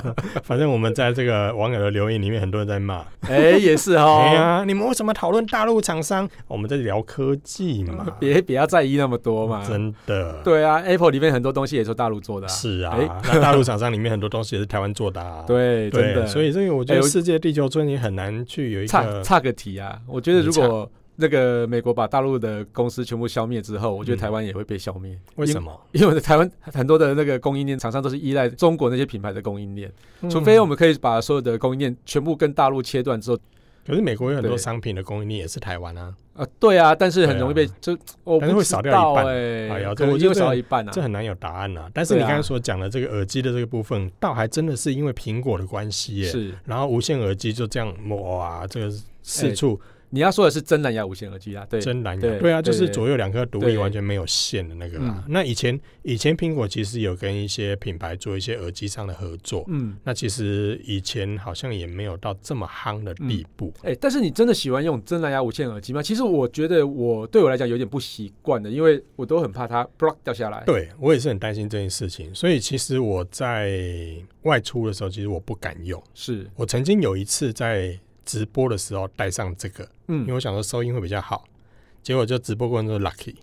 Speaker 2: <laughs> 反正我们在这个网友的留言里面，很多人在骂。
Speaker 1: 哎、也是
Speaker 2: <laughs> 哎
Speaker 1: 哦，
Speaker 2: 呀，你们为什么讨论大陆厂商？我们在聊科技嘛，
Speaker 1: 别别要在意那么多嘛。
Speaker 2: 真的。
Speaker 1: 啊对啊，Apple 里面很多东西也是大陆做的、啊。
Speaker 2: 是啊
Speaker 1: 哎，
Speaker 2: 那大陆厂商里面很多东西也是台湾做的啊。
Speaker 1: <laughs> 对，
Speaker 2: 对，
Speaker 1: 真的。
Speaker 2: 所以这个我觉
Speaker 1: 哎
Speaker 2: 得
Speaker 1: 我
Speaker 2: 世界地球村也很难去有一
Speaker 1: 差
Speaker 2: 个
Speaker 1: 差个题啊，我觉得如
Speaker 2: 你差
Speaker 1: 果那个美国把大陆的公司全部消灭之后，我觉得
Speaker 2: 嗯
Speaker 1: 台湾也会被消灭。
Speaker 2: 为什么，
Speaker 1: 因为台湾很多的那个供应链厂商都是依赖中国那些品牌的供应链，除非我
Speaker 2: 们。
Speaker 1: 们可以把所有的供应链全部跟大陆切断之后，
Speaker 2: 可是美国有很多
Speaker 1: 对
Speaker 2: 商品的供应链也是台湾啊，
Speaker 1: 啊，对啊，但是很
Speaker 2: 对啊
Speaker 1: 容易被就我
Speaker 2: 但是会少掉一半
Speaker 1: 哎，
Speaker 2: 哎呀
Speaker 1: 可
Speaker 2: 这
Speaker 1: 能
Speaker 2: 我
Speaker 1: 就
Speaker 2: 觉
Speaker 1: 会
Speaker 2: 得
Speaker 1: 少一半啊
Speaker 2: 这。很难有答案啊。但是你
Speaker 1: 对啊
Speaker 2: 刚才所讲的这个耳机的这个部分，倒还真的是因为苹果的关系耶。
Speaker 1: 是
Speaker 2: 然后无线耳机就这样，哇，这个四处
Speaker 1: 你要说的是真蓝牙无线耳机啊，对，
Speaker 2: 真蓝牙，
Speaker 1: 对
Speaker 2: 对啊，
Speaker 1: 对
Speaker 2: 就是
Speaker 1: 对
Speaker 2: 左右两颗独
Speaker 1: 对
Speaker 2: 立，完全没有线的那个啦
Speaker 1: 嗯。
Speaker 2: 那以前以前苹果其实有跟一些品牌做一些耳机上的合作，
Speaker 1: 嗯，
Speaker 2: 那其实以前好像也没有到这么夯的地步。
Speaker 1: 哎、但是你真的喜欢用真蓝牙无线耳机吗？其实我觉得我对我来讲有点不习惯的，因为我都很怕它 block 掉下来。
Speaker 2: 对我也是很担心这件事情，所以其实我在外出的时候，其实我不敢用。
Speaker 1: 是，
Speaker 2: 我曾经有一次在直播的时候带上这个，因为
Speaker 1: 嗯，
Speaker 2: 我想说收音会比较好，结果就直播过程中 lucky，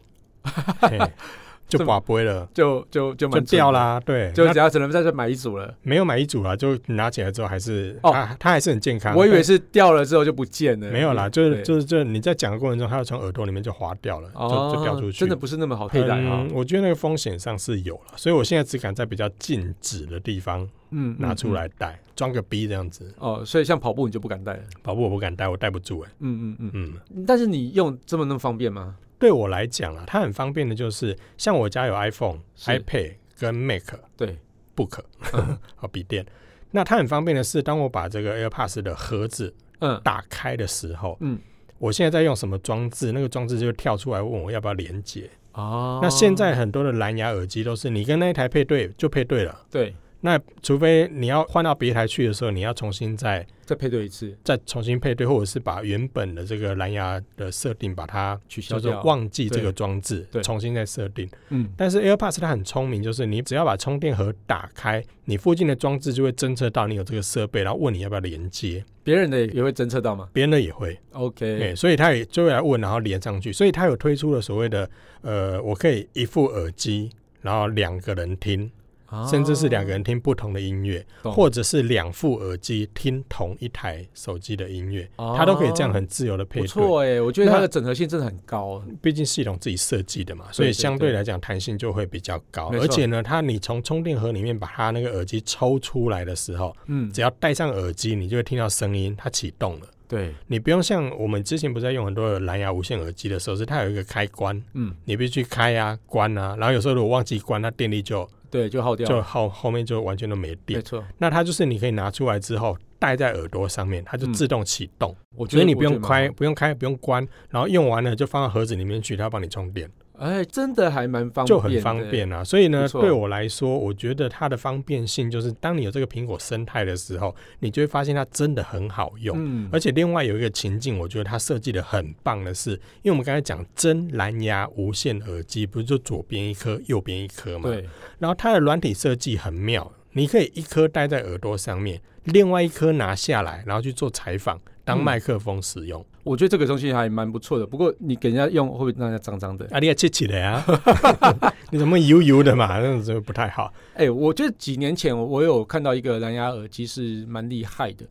Speaker 2: 嘿
Speaker 1: <laughs>
Speaker 2: 就
Speaker 1: 这么
Speaker 2: 把杯了，
Speaker 1: 就就就
Speaker 2: 就
Speaker 1: 蛮
Speaker 2: 掉
Speaker 1: 准的，
Speaker 2: 啦。对，
Speaker 1: 就
Speaker 2: 那
Speaker 1: 只要只能在这买一组了。
Speaker 2: 没有买一组啦，就拿起来之后还是
Speaker 1: 哦
Speaker 2: 啊，它还是很健康。
Speaker 1: 我以为
Speaker 2: 但
Speaker 1: 是掉了之后就不见了，
Speaker 2: 没有啦，就是
Speaker 1: 对
Speaker 2: 就是就是你在讲的过程中，它就从耳朵里面就滑掉了，
Speaker 1: 哦，
Speaker 2: 就就掉出去。
Speaker 1: 真的不是那么好佩戴啊
Speaker 2: 嗯。我觉得那个风险上是有了，所以我现在只敢在比较静止的地方
Speaker 1: 嗯，
Speaker 2: 拿
Speaker 1: 嗯
Speaker 2: 出。来戴，装、个逼这样子。
Speaker 1: 嗯哦，所以像跑步你就不敢戴了。
Speaker 2: 跑步我不敢戴，我戴不住哎、
Speaker 1: 嗯嗯
Speaker 2: 嗯，
Speaker 1: 嗯。但是你用这么那么方便吗？
Speaker 2: 对我来讲啊，它很方便的就是，像我家有 iPhone、
Speaker 1: 是嗯
Speaker 2: iPad 跟 Mac、
Speaker 1: 对，
Speaker 2: Book <laughs> 和笔电。那它很方便的是，当我把这个 AirPods 的盒子
Speaker 1: 嗯，
Speaker 2: 打开的时候，
Speaker 1: 嗯，
Speaker 2: 我现在在用什么装置，那个装置就会跳出来问我要不要连接。
Speaker 1: 哦
Speaker 2: 那现在很多的蓝牙耳机都是你跟那一台配对就配对了。
Speaker 1: 对，
Speaker 2: 那除非你要换到别台去的时候，你要重新再
Speaker 1: 再配对一次，
Speaker 2: 再重新配对，或者是把原本的这个蓝牙的设定把它
Speaker 1: 取消
Speaker 2: 叫
Speaker 1: 掉
Speaker 2: 做。忘记这
Speaker 1: 对
Speaker 2: 个装置
Speaker 1: 对，
Speaker 2: 重新再设定。
Speaker 1: 嗯，
Speaker 2: 但是 AirPods 它很聪明，就是你只要把充电盒打开，你附近的装置就会侦测到你有这个设备，然后问你要不要连接，
Speaker 1: 别人的也会侦测到吗
Speaker 2: 别人的也会，哎、
Speaker 1: ？OK，
Speaker 2: 所以它也就会来问，然后连上去。所以它有推出了所谓的呃，我可以一副耳机。然后两个人听，
Speaker 1: 啊
Speaker 2: 甚至是两个人听不同的音乐，
Speaker 1: 懂
Speaker 2: 或者是两副耳机听同一台手机的音乐，
Speaker 1: 哦，
Speaker 2: 它都可以这样
Speaker 1: 哦
Speaker 2: 很自由的配
Speaker 1: 不
Speaker 2: 对。
Speaker 1: 错哎，我觉得它
Speaker 2: 那
Speaker 1: 的整合性真的很高。
Speaker 2: 毕竟系统自己设计的嘛，所
Speaker 1: 对对
Speaker 2: 以相
Speaker 1: 对
Speaker 2: 对来讲弹性就会比较高。
Speaker 1: 没错
Speaker 2: 而且呢，它你从充电盒里面把它那个耳机抽出来的时候，
Speaker 1: 嗯，
Speaker 2: 只要戴上耳机，你就会听到声音，它启动了。
Speaker 1: 对，
Speaker 2: 你不用像我们之前不是在用很多的蓝牙无线耳机的时候，是它有一个开关，
Speaker 1: 嗯，
Speaker 2: 你必须开啊、关啊，然后有时候如果忘记关，它电力就
Speaker 1: 对，就耗掉
Speaker 2: 就
Speaker 1: 了，
Speaker 2: 后后面就完全都没电
Speaker 1: 没。错。
Speaker 2: 那它就是你可以拿出来之后戴在耳朵上面，它就
Speaker 1: 嗯
Speaker 2: 自动启动，
Speaker 1: 我觉
Speaker 2: 所
Speaker 1: 得
Speaker 2: 以你不用
Speaker 1: 开
Speaker 2: 开、不用开、不用关，然后用完了就放到盒子里面去，它帮你充电。
Speaker 1: 哎，真的还蛮方便，
Speaker 2: 就很方。便啊。所以呢，
Speaker 1: 不错
Speaker 2: 对我来说，我觉得它的方便性就是，当你有这个苹果生态的时候，你就会发现它真的很好用。
Speaker 1: 嗯，
Speaker 2: 而且另外有一个情境，我觉得它设计的很棒的是，因为我们刚才讲真蓝牙无线耳机，不是就左边一颗，右边一颗嘛？。
Speaker 1: 对，
Speaker 2: 然后它的软体设计很妙，你可以一颗戴在耳朵上面，另外一颗拿下来，然后去做采访，当
Speaker 1: 嗯
Speaker 2: 麦克风使用。
Speaker 1: 我觉得这个东西还蛮不错的。不过你给人家用会不会让人家脏脏的？
Speaker 2: 啊，你也切起来啊！ <laughs> 你怎么油油的嘛？那种不太好。
Speaker 1: 哎、我觉得几年前我我有看到一个蓝牙耳机是蛮厉害的，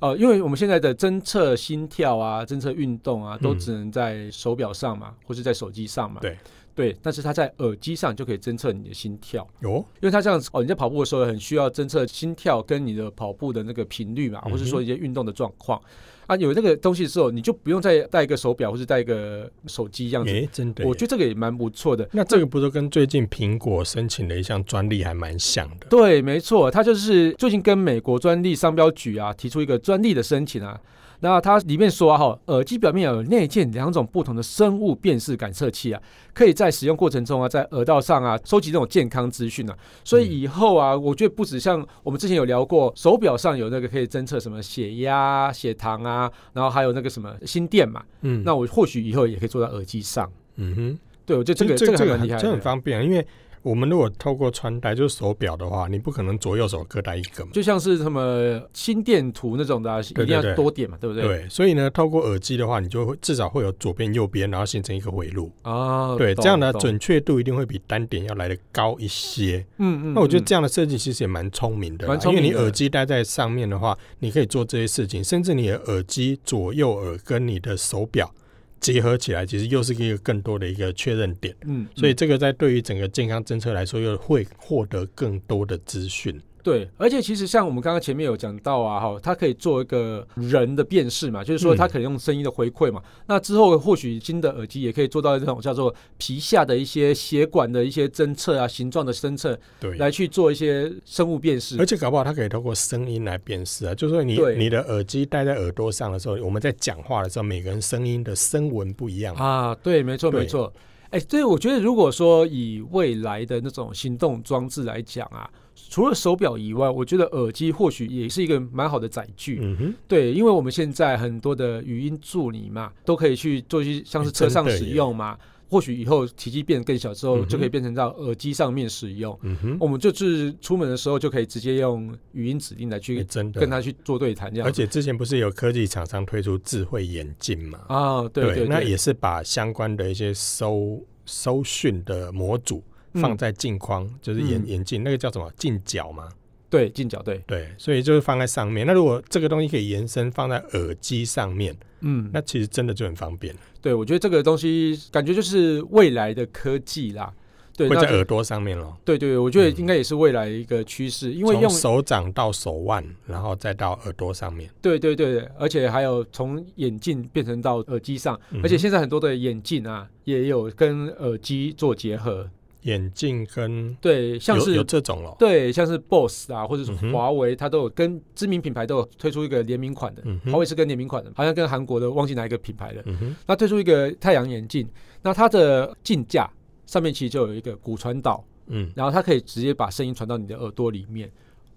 Speaker 1: 呃，因为我们现在的侦测心跳啊、侦测运动啊，都
Speaker 2: 嗯
Speaker 1: 只能在手表上嘛，或是在手机上嘛。
Speaker 2: 对
Speaker 1: 对，但是它在耳机上就可以侦测你的心跳，
Speaker 2: 哦，
Speaker 1: 因为它这样子哦，你在跑步的时候很需要侦测心跳跟你的跑步的那个频率嘛，
Speaker 2: 嗯哼
Speaker 1: 或是说一些运动的状况。啊，有那个东西之后，你就不用再带一个手表或是带一个手机这样子。
Speaker 2: 诶，真的耶。
Speaker 1: 我觉得这个也蛮不错的。
Speaker 2: 那这个不是跟最近苹果申请的一项专利还蛮像的？
Speaker 1: 对，没错，它就是最近跟美国专利商标局啊提出一个专利的申请啊。那它里面说啊，哈，耳机表面有内建两种不同的生物辨识感测器啊，可以在使用过程中啊，在耳道上啊收集这种健康资讯啊。所以以后啊，我觉得不止像我们之前有聊过，手表上有那个可以侦测什么血压啊、血糖啊，然后还有那个什么心电嘛。
Speaker 2: 嗯
Speaker 1: 那我或许以后也可以做到耳机上。
Speaker 2: 嗯哼，
Speaker 1: 对，我觉得这个
Speaker 2: 这
Speaker 1: 这
Speaker 2: 个
Speaker 1: 个还
Speaker 2: 这个
Speaker 1: 蛮
Speaker 2: 很
Speaker 1: 厉害
Speaker 2: 这很
Speaker 1: 的。
Speaker 2: 方便，啊因为我们如果透过穿戴就是手表的话，你不可能左右手各戴一个嘛。
Speaker 1: 就像是什么心电图那种的、啊，一定
Speaker 2: 对
Speaker 1: 要
Speaker 2: 对
Speaker 1: 多点嘛，对不对？
Speaker 2: 对，所以呢，透过耳机的话，你就会至少会有左边、右边，然后形成一个回路。
Speaker 1: 哦，
Speaker 2: 对，
Speaker 1: 懂
Speaker 2: 这样的
Speaker 1: 懂
Speaker 2: 准确度一定会比单点要来的高一些。
Speaker 1: 嗯嗯，
Speaker 2: 那我觉得
Speaker 1: 嗯
Speaker 2: 这样的设计其实也蛮聪明的啦，
Speaker 1: 蛮聪
Speaker 2: 因为
Speaker 1: 明
Speaker 2: 你
Speaker 1: 的
Speaker 2: 耳机戴在上面的话，你可以做这些事情，甚至你的耳机左右耳跟你的手表结合起来，其实又是一个更多的一个确认点。
Speaker 1: 嗯，
Speaker 2: 所以
Speaker 1: 嗯
Speaker 2: 这个在对于整个健康政策来说，又会获得更多的资讯。
Speaker 1: 对，而且其实像我们刚刚前面有讲到啊，哈，它可以做一个人的辨识嘛，就是说
Speaker 2: 嗯
Speaker 1: 它可以用声音的回馈嘛。那之后或许新的耳机也可以做到这种叫做皮下的一些血管的一些侦测啊、形状的侦测，
Speaker 2: 对，
Speaker 1: 来去做一些生物辨识
Speaker 2: 而。且搞不好它可以透过声音来辨识啊，就是说你
Speaker 1: 对
Speaker 2: 你的耳机戴在耳朵上的时候，我们在讲话的时候，每个人声音的声纹不一样嘛。
Speaker 1: 啊，对，没错，
Speaker 2: 对
Speaker 1: 没错。哎，对，我觉得如果说以未来的那种行动装置来讲啊，除了手表以外，我觉得耳机或许也是一个蛮好的载具。
Speaker 2: 嗯哼，
Speaker 1: 对，因为我们现在很多的语音助理嘛，都可以去做一些像是
Speaker 2: 哎真
Speaker 1: 车
Speaker 2: 的
Speaker 1: 上使
Speaker 2: 耶
Speaker 1: 用嘛。或许以后体积变得更小之后，
Speaker 2: 嗯哼
Speaker 1: 就可以变成到耳机上面使用。
Speaker 2: 嗯哼，
Speaker 1: 我们就是出门的时候就可以直接用语音指令来
Speaker 2: 也
Speaker 1: 去
Speaker 2: 哎真的
Speaker 1: 跟它去做对谈，这样
Speaker 2: 而
Speaker 1: 子。
Speaker 2: 且之前不是有科技厂商推出智慧眼镜嘛？
Speaker 1: 啊，对对，
Speaker 2: 那也是把相关的一些搜搜讯的模组
Speaker 1: 嗯
Speaker 2: 放在镜框，就是眼、
Speaker 1: 嗯
Speaker 2: 眼镜那个叫什么镜角嘛？
Speaker 1: 对近角对，
Speaker 2: 对，所以就是放在上面。那如果这个东西可以延伸放在耳机上面，
Speaker 1: 嗯，
Speaker 2: 那其实真的就很方便，
Speaker 1: 对我觉得这个东西感觉就是未来的科技啦。对，
Speaker 2: 会
Speaker 1: 那
Speaker 2: 在
Speaker 1: 就
Speaker 2: 耳朵上面咯。
Speaker 1: 对对，我觉得
Speaker 2: 嗯
Speaker 1: 应该也是未来一个趋势，因为
Speaker 2: 从
Speaker 1: 用
Speaker 2: 手掌到手腕，然后再到耳朵上面，
Speaker 1: 对对对，而且还有从眼镜变成到耳机上，
Speaker 2: 嗯哼
Speaker 1: 而且现在很多的眼镜啊，也有跟耳机做结合。
Speaker 2: 眼镜跟
Speaker 1: 对，像
Speaker 2: 有有
Speaker 1: 是
Speaker 2: 这种咯。
Speaker 1: 对，像是 BOSS 啊，或者是
Speaker 2: 嗯哼
Speaker 1: 华为，它都有跟知名品牌都有推出一个联名款的。
Speaker 2: 嗯
Speaker 1: 华
Speaker 2: 哼，
Speaker 1: 为是跟联名款的，好像跟韩国的忘记哪一个品牌了。
Speaker 2: 嗯哼，
Speaker 1: 那推出一个太阳眼镜，那它的镜架上面其实就有一个骨传导，
Speaker 2: 嗯，
Speaker 1: 然后它可以直接把声音传到你的耳朵里面。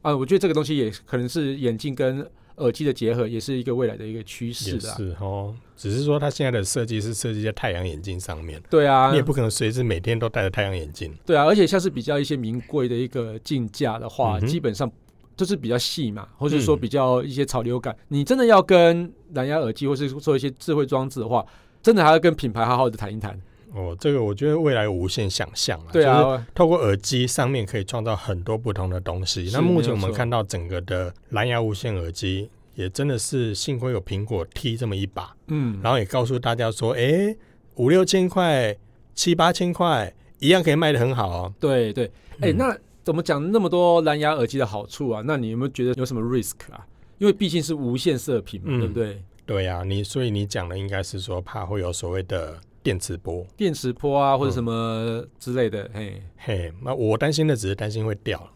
Speaker 1: 啊，我觉得这个东西也可能是眼镜跟耳机的结合，也是一个未来的一个趋势
Speaker 2: 也
Speaker 1: 的、啊。
Speaker 2: 是哦。只是说它现在的设计是设计在太阳眼镜上面。
Speaker 1: 对啊
Speaker 2: 你也，不可能随时每天都戴着太阳眼镜。
Speaker 1: 对啊，而且像是比较一些名贵的一个镜架的话，
Speaker 2: 嗯哼
Speaker 1: 基本上就是比较细嘛，或者说
Speaker 2: 嗯
Speaker 1: 比较一些潮流感。你真的要跟蓝牙耳机，或是做一些智慧装置的话，真的还要跟品牌好好的谈一谈。
Speaker 2: 哦，这个我觉得未来有无限想象啊，
Speaker 1: 对
Speaker 2: 就是
Speaker 1: 啊，
Speaker 2: 透过耳机上面可以创造很多不同的东西。
Speaker 1: 是
Speaker 2: 那目前
Speaker 1: 没有
Speaker 2: 我们
Speaker 1: 错
Speaker 2: 看到整个的蓝牙无线耳机，也真的是幸亏有苹果踢这么一把，
Speaker 1: 嗯，
Speaker 2: 然后也告诉大家说，哎，五六千块、七八千块一样可以卖的很好哦。
Speaker 1: 对对。哎、
Speaker 2: 嗯
Speaker 1: 那怎么讲那么多蓝牙耳机的好处啊？那你有没有觉得有什么 risk 啊？因为毕竟是无线射频嘛，
Speaker 2: 嗯
Speaker 1: 对不对？
Speaker 2: 对呀、你所以你讲的应该是说怕会有所谓的电磁波。
Speaker 1: 电磁波啊，或者
Speaker 2: 嗯
Speaker 1: 什么之类的，嘿，
Speaker 2: 嘿，那我担心的只是担心会
Speaker 1: <laughs>
Speaker 2: 掉，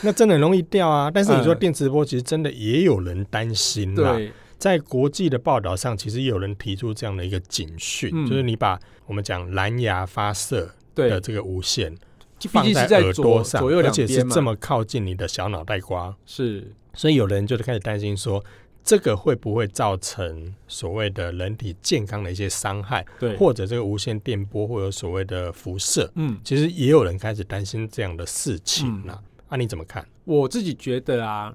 Speaker 2: 那真的很容易掉啊。但是你说
Speaker 1: 嗯
Speaker 2: 电磁波，其实真的也有人担心啦。
Speaker 1: 对，
Speaker 2: 在国际的报道上，其实也有人提出这样的一个警讯，
Speaker 1: 嗯
Speaker 2: 就是你把我们讲蓝牙发射的
Speaker 1: 对，
Speaker 2: 这个无线
Speaker 1: 毕
Speaker 2: 放
Speaker 1: 竟是
Speaker 2: 在
Speaker 1: 在
Speaker 2: 耳
Speaker 1: 左
Speaker 2: 朵上，
Speaker 1: 左右
Speaker 2: 而
Speaker 1: 两
Speaker 2: 且是
Speaker 1: 边
Speaker 2: 这
Speaker 1: 嘛，
Speaker 2: 么靠近你的小脑袋瓜，
Speaker 1: 是
Speaker 2: 所以有人就开始担心说，这个会不会造成所谓的人体健康的一些伤害，
Speaker 1: 对，
Speaker 2: 或者这个无线电波会有所谓的辐射？
Speaker 1: 嗯，
Speaker 2: 其实也有人开始担心这样的事情啦、啊。你怎么看？
Speaker 1: 我自己觉得啊，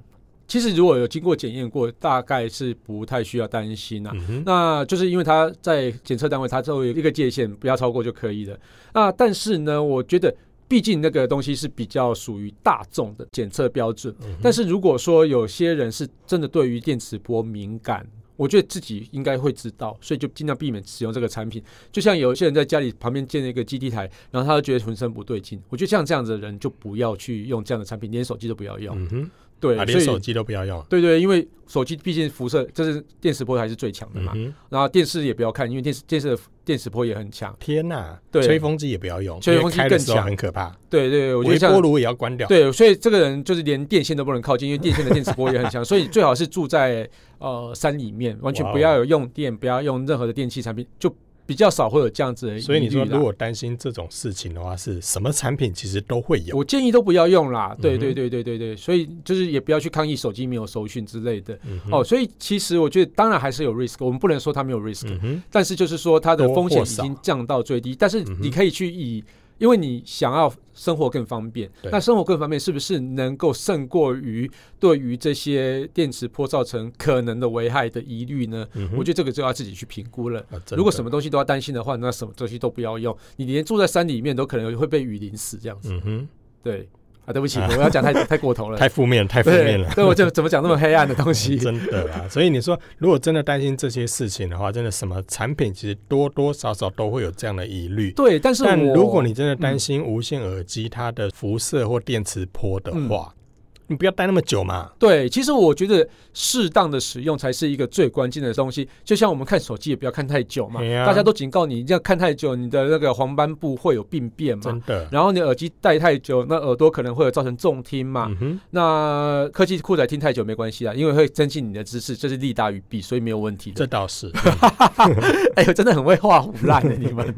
Speaker 1: 其实如果有经过检验过，大概是不太需要担心啊。
Speaker 2: 嗯哼，
Speaker 1: 那就是因为它在检测单位，它都有一个界限，不要超过就可以了。那但是呢，我觉得毕竟那个东西是比较属于大众的检测标准，
Speaker 2: 嗯哼
Speaker 1: 但是如果说有些人是真的对于电磁波敏感，我觉得自己应该会知道，所以就尽量避免使用这个产品。就像有些人在家里旁边建了一个基地台，然后他就觉得浑身不对劲，我觉得像这样子的人就不要去用这样的产品，连手机都不要用。
Speaker 2: 嗯哼，
Speaker 1: 对，
Speaker 2: 啊，
Speaker 1: 所
Speaker 2: 连
Speaker 1: 以
Speaker 2: 手机都不要用。
Speaker 1: 对对，因为手机毕竟辐射，这是电磁波还是最强的
Speaker 2: 嗯
Speaker 1: 嘛。
Speaker 2: 哼，
Speaker 1: 然后电视也不要看，因为电视电视的电磁波也很强。
Speaker 2: 天哪、
Speaker 1: 对
Speaker 2: 吹风机也不要用，
Speaker 1: 吹风机
Speaker 2: 因为开的时候
Speaker 1: 更强
Speaker 2: 很可怕。
Speaker 1: 对对对，我觉
Speaker 2: 微
Speaker 1: 得这
Speaker 2: 波
Speaker 1: 样。
Speaker 2: 炉也要关掉。
Speaker 1: 对，所以这个人就是连电线都不能靠近，因为电线的电磁波也很强， <laughs> 所以最好是住在呃山里面，完全
Speaker 2: 哇哦
Speaker 1: 不要有用电，不要用任何的电器产品，就比较少会有这样子的疑虑啦。
Speaker 2: 所以你说，如果担心这种事情的话，是什么产品其实都会有。
Speaker 1: 我建议都不要用啦，对
Speaker 2: 嗯哼
Speaker 1: 对对对对对，所以就是也不要去抗议手机没有搜讯之类的。
Speaker 2: 嗯哼
Speaker 1: 哦，，所以其实我觉得当然还是有 risk，我们不能说它没有 risk，、
Speaker 2: 嗯哼，
Speaker 1: 但是就是说它的
Speaker 2: 多
Speaker 1: 风险
Speaker 2: 或
Speaker 1: 已
Speaker 2: 少
Speaker 1: 经降到最低，但是
Speaker 2: 嗯
Speaker 1: 你
Speaker 2: 哼
Speaker 1: 可以去以，因为你想要生活更方便，
Speaker 2: 对
Speaker 1: 那生活更方便是不是能够胜过于对于这些电磁波造成可能的危害的疑虑呢？
Speaker 2: 嗯哼
Speaker 1: 我觉得这个就要自己去评估了。
Speaker 2: 啊真
Speaker 1: 如果
Speaker 2: 的
Speaker 1: 什么东西都要担心的话，那什么东西都不要用，你连住在山里面都可能会被雨淋死这样子。
Speaker 2: 嗯哼，
Speaker 1: 对啊，对不起，
Speaker 2: 啊
Speaker 1: 我要讲太 <laughs> 太过头了，
Speaker 2: 太负面了，太负
Speaker 1: 对
Speaker 2: 面了。
Speaker 1: 对，我怎怎么讲那么黑暗的东西？
Speaker 2: <laughs> 真的啦，所以你说，如果真的担心这些事情的话，真的什么产品其实多多少少都会有这样的疑虑。
Speaker 1: 对，但是
Speaker 2: 但
Speaker 1: 我嗯
Speaker 2: 如果你真的担心无线耳机它的辐射或电磁波的
Speaker 1: 嗯
Speaker 2: 话，你不要戴那么久嘛。
Speaker 1: 对，其实我觉得适当的使用才是一个最关键的东西。就像我们看手机也不要看太久嘛，
Speaker 2: 哎呀
Speaker 1: 大家都警告你，这样看太久，你的那个黄斑部会有病变
Speaker 2: 真
Speaker 1: 嘛。
Speaker 2: 的，
Speaker 1: 然后你耳机戴太久，那耳朵可能会有造成重听嘛。
Speaker 2: 嗯哼，
Speaker 1: 那科技酷仔听太久没关系啊，因为会增进你的知识，这是利大于弊，所以没有问题的。
Speaker 2: 这倒是。 <laughs>
Speaker 1: 哎呦，真的很会画胡烂的、你们。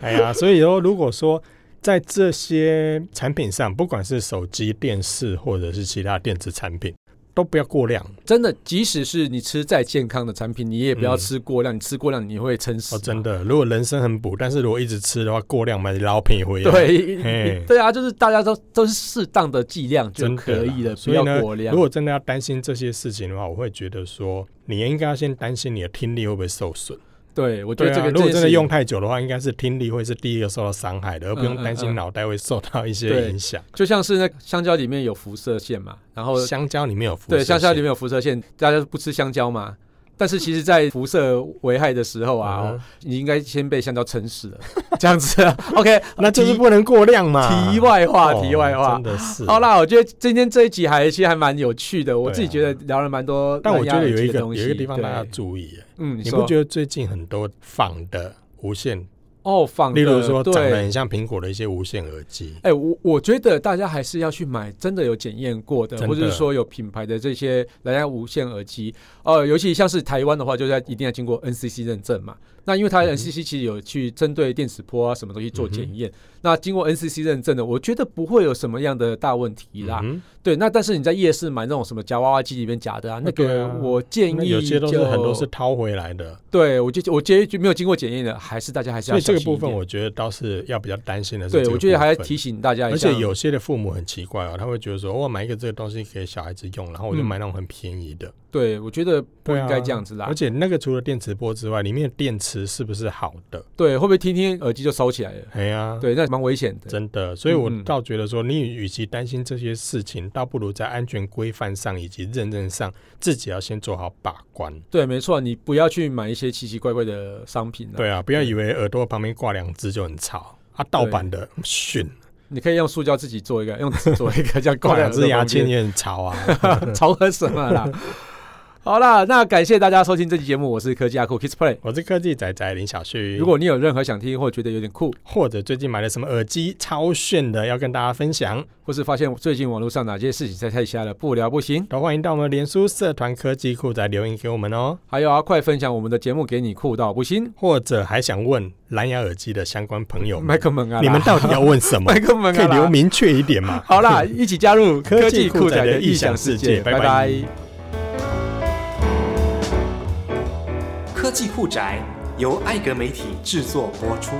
Speaker 2: 哎呀，所以说，如果说在这些产品上，不管是手机、电视或者是其他电子产品，都不要过量
Speaker 1: 真的，即使是你吃再健康的产品，你也不要吃过量，你吃过量你会撑死
Speaker 2: 嗯哦。
Speaker 1: 嘛。
Speaker 2: 真的，如果人参很补，但是如果一直吃的话，过量买捞便宜回来。嘿
Speaker 1: <laughs> 对，对啊，就是大家都都是适当的剂量就
Speaker 2: 真的
Speaker 1: 可
Speaker 2: 啦
Speaker 1: 以了，不
Speaker 2: 所以
Speaker 1: 要
Speaker 2: 呢
Speaker 1: 过量
Speaker 2: 如。果真的要担心这些事情的话，我会觉得说，你应该要先担心你的听力会不会受损。
Speaker 1: 对，我觉
Speaker 2: 对
Speaker 1: 得这
Speaker 2: 啊，
Speaker 1: 个
Speaker 2: 如果
Speaker 1: 件
Speaker 2: 真的
Speaker 1: 事
Speaker 2: 用太久的话，应该是听力会是第一个受到伤害的，而不用
Speaker 1: 嗯嗯
Speaker 2: 担心
Speaker 1: 嗯
Speaker 2: 脑袋会受到一些
Speaker 1: 对
Speaker 2: 影响。
Speaker 1: 就像是那个香蕉里面有辐射线嘛，然后
Speaker 2: 香蕉里面有辐射，
Speaker 1: 哦对香蕉里面有辐射线，大家不吃香蕉嘛。但是其实，在辐射危害的时候啊，
Speaker 2: 嗯
Speaker 1: 哦你应该先被香蕉撑死了， <laughs> 这样子啊。OK，
Speaker 2: <laughs> 那就是
Speaker 1: 题
Speaker 2: 不能过量嘛。
Speaker 1: 题外话，
Speaker 2: 哦
Speaker 1: 题外话
Speaker 2: 真。的是。
Speaker 1: 好，啦，我觉得今天这一集还其实还蛮有趣的，我自己觉得聊了蛮多
Speaker 2: 啊但我
Speaker 1: 蓝牙
Speaker 2: 觉得
Speaker 1: 耳
Speaker 2: 有
Speaker 1: 机
Speaker 2: 一
Speaker 1: 的
Speaker 2: 个有
Speaker 1: 东西
Speaker 2: 一个地方大家要
Speaker 1: 对
Speaker 2: 注意，
Speaker 1: 嗯，你
Speaker 2: 你
Speaker 1: 说
Speaker 2: 不觉得最近很多仿的无线，
Speaker 1: 哦，仿的
Speaker 2: 例如说长
Speaker 1: 对
Speaker 2: 得很像苹果的一些无线耳机，
Speaker 1: 哎、我我觉得大家还是要去买真的有检验过的，
Speaker 2: 真的
Speaker 1: 或者是说有品牌的这些蓝牙无线耳机。呃，尤其像是台湾的话，就在一定要经过 NCC 认证嘛。那因为它
Speaker 2: 嗯哼
Speaker 1: NCC 其实有去针对电磁波啊什么东西做
Speaker 2: 嗯哼
Speaker 1: 检验，那经过 NCC 认证的，我觉得不会有什么样的大问题啦。
Speaker 2: 嗯
Speaker 1: 对，那但是你在夜市买那种什么夹娃娃机里面夹的啊，那
Speaker 2: 对
Speaker 1: 个
Speaker 2: 啊
Speaker 1: 我建
Speaker 2: 那
Speaker 1: 议
Speaker 2: 有些都是
Speaker 1: 就
Speaker 2: 很多是掏回来的。
Speaker 1: 对我就我建议就没有经过检验的，还是大家还是
Speaker 2: 所
Speaker 1: 要
Speaker 2: 以这个
Speaker 1: 小心一
Speaker 2: 部分，
Speaker 1: 点
Speaker 2: 我觉得倒是要比较担心的是这
Speaker 1: 对
Speaker 2: 个部分。
Speaker 1: 我觉得还要提醒大家一
Speaker 2: 而
Speaker 1: 下，
Speaker 2: 且有些的父母很奇怪哦，他会觉得说，我买一个这个东西给小孩子用，然后我就
Speaker 1: 嗯
Speaker 2: 买那种很便宜的，
Speaker 1: 对我觉得
Speaker 2: 不
Speaker 1: 应该这样子啦
Speaker 2: 啊而。且那个除了电磁波之外，里面的电池是不是好的？
Speaker 1: 对，会不会天天耳机就烧起来了？
Speaker 2: 哎呀，，
Speaker 1: 对，那蛮危险的。
Speaker 2: 真的。所以我
Speaker 1: 嗯嗯
Speaker 2: 倒觉得说，你与其担心这些事情，倒不如在安全规范上以及认证上，自己要先做好把关。
Speaker 1: 对，没错，啊你不要去买一些奇奇怪怪的商品、啊。，
Speaker 2: 对啊，不要以为耳朵旁边挂两只就很吵啊，盗版的
Speaker 1: 嗯
Speaker 2: 嗯逊，
Speaker 1: 你可以用塑胶自己做一个，用纸做一个，这样 <laughs>
Speaker 2: 挂
Speaker 1: 在
Speaker 2: 两只牙
Speaker 1: 耳朵 <laughs>
Speaker 2: 签
Speaker 1: 旁边，
Speaker 2: 也很吵啊。
Speaker 1: 吵和什么啦？好啦，那感谢大家收听这期节目，我是科技阿酷 Kiss Play。
Speaker 2: <laughs> 我是科技仔仔林小旭。
Speaker 1: 如果你有任何想听或觉得有点酷，
Speaker 2: 或者最近买了什么耳机超炫的，要跟大家分享，
Speaker 1: 或是发现最近网络上哪些事情在太瞎了，不聊不行。
Speaker 2: 都欢迎到我们的脸书社团科技酷仔留言给我们哦。
Speaker 1: 还有啊，快分享我们的节目给你酷到不行，
Speaker 2: 或者还想问蓝牙耳机的相关朋友
Speaker 1: 麦
Speaker 2: 们，
Speaker 1: 克猛啊啦，
Speaker 2: 嗯你们到底要问什么
Speaker 1: 麦？克猛啊
Speaker 2: 可以
Speaker 1: 啦，
Speaker 2: 留明确一点嘛？
Speaker 1: 好 <laughs> 啦，一起加入科
Speaker 2: 科技
Speaker 1: 技
Speaker 2: 酷
Speaker 1: 酷
Speaker 2: 宅
Speaker 1: 仔
Speaker 2: 的
Speaker 1: 的
Speaker 2: 异
Speaker 1: 异
Speaker 2: 想
Speaker 1: 想
Speaker 2: 世
Speaker 1: 世
Speaker 2: 界
Speaker 1: 界，
Speaker 2: 拜
Speaker 1: 拜
Speaker 2: 拜
Speaker 1: 拜
Speaker 4: 科技酷宅由艾格媒体制作播出。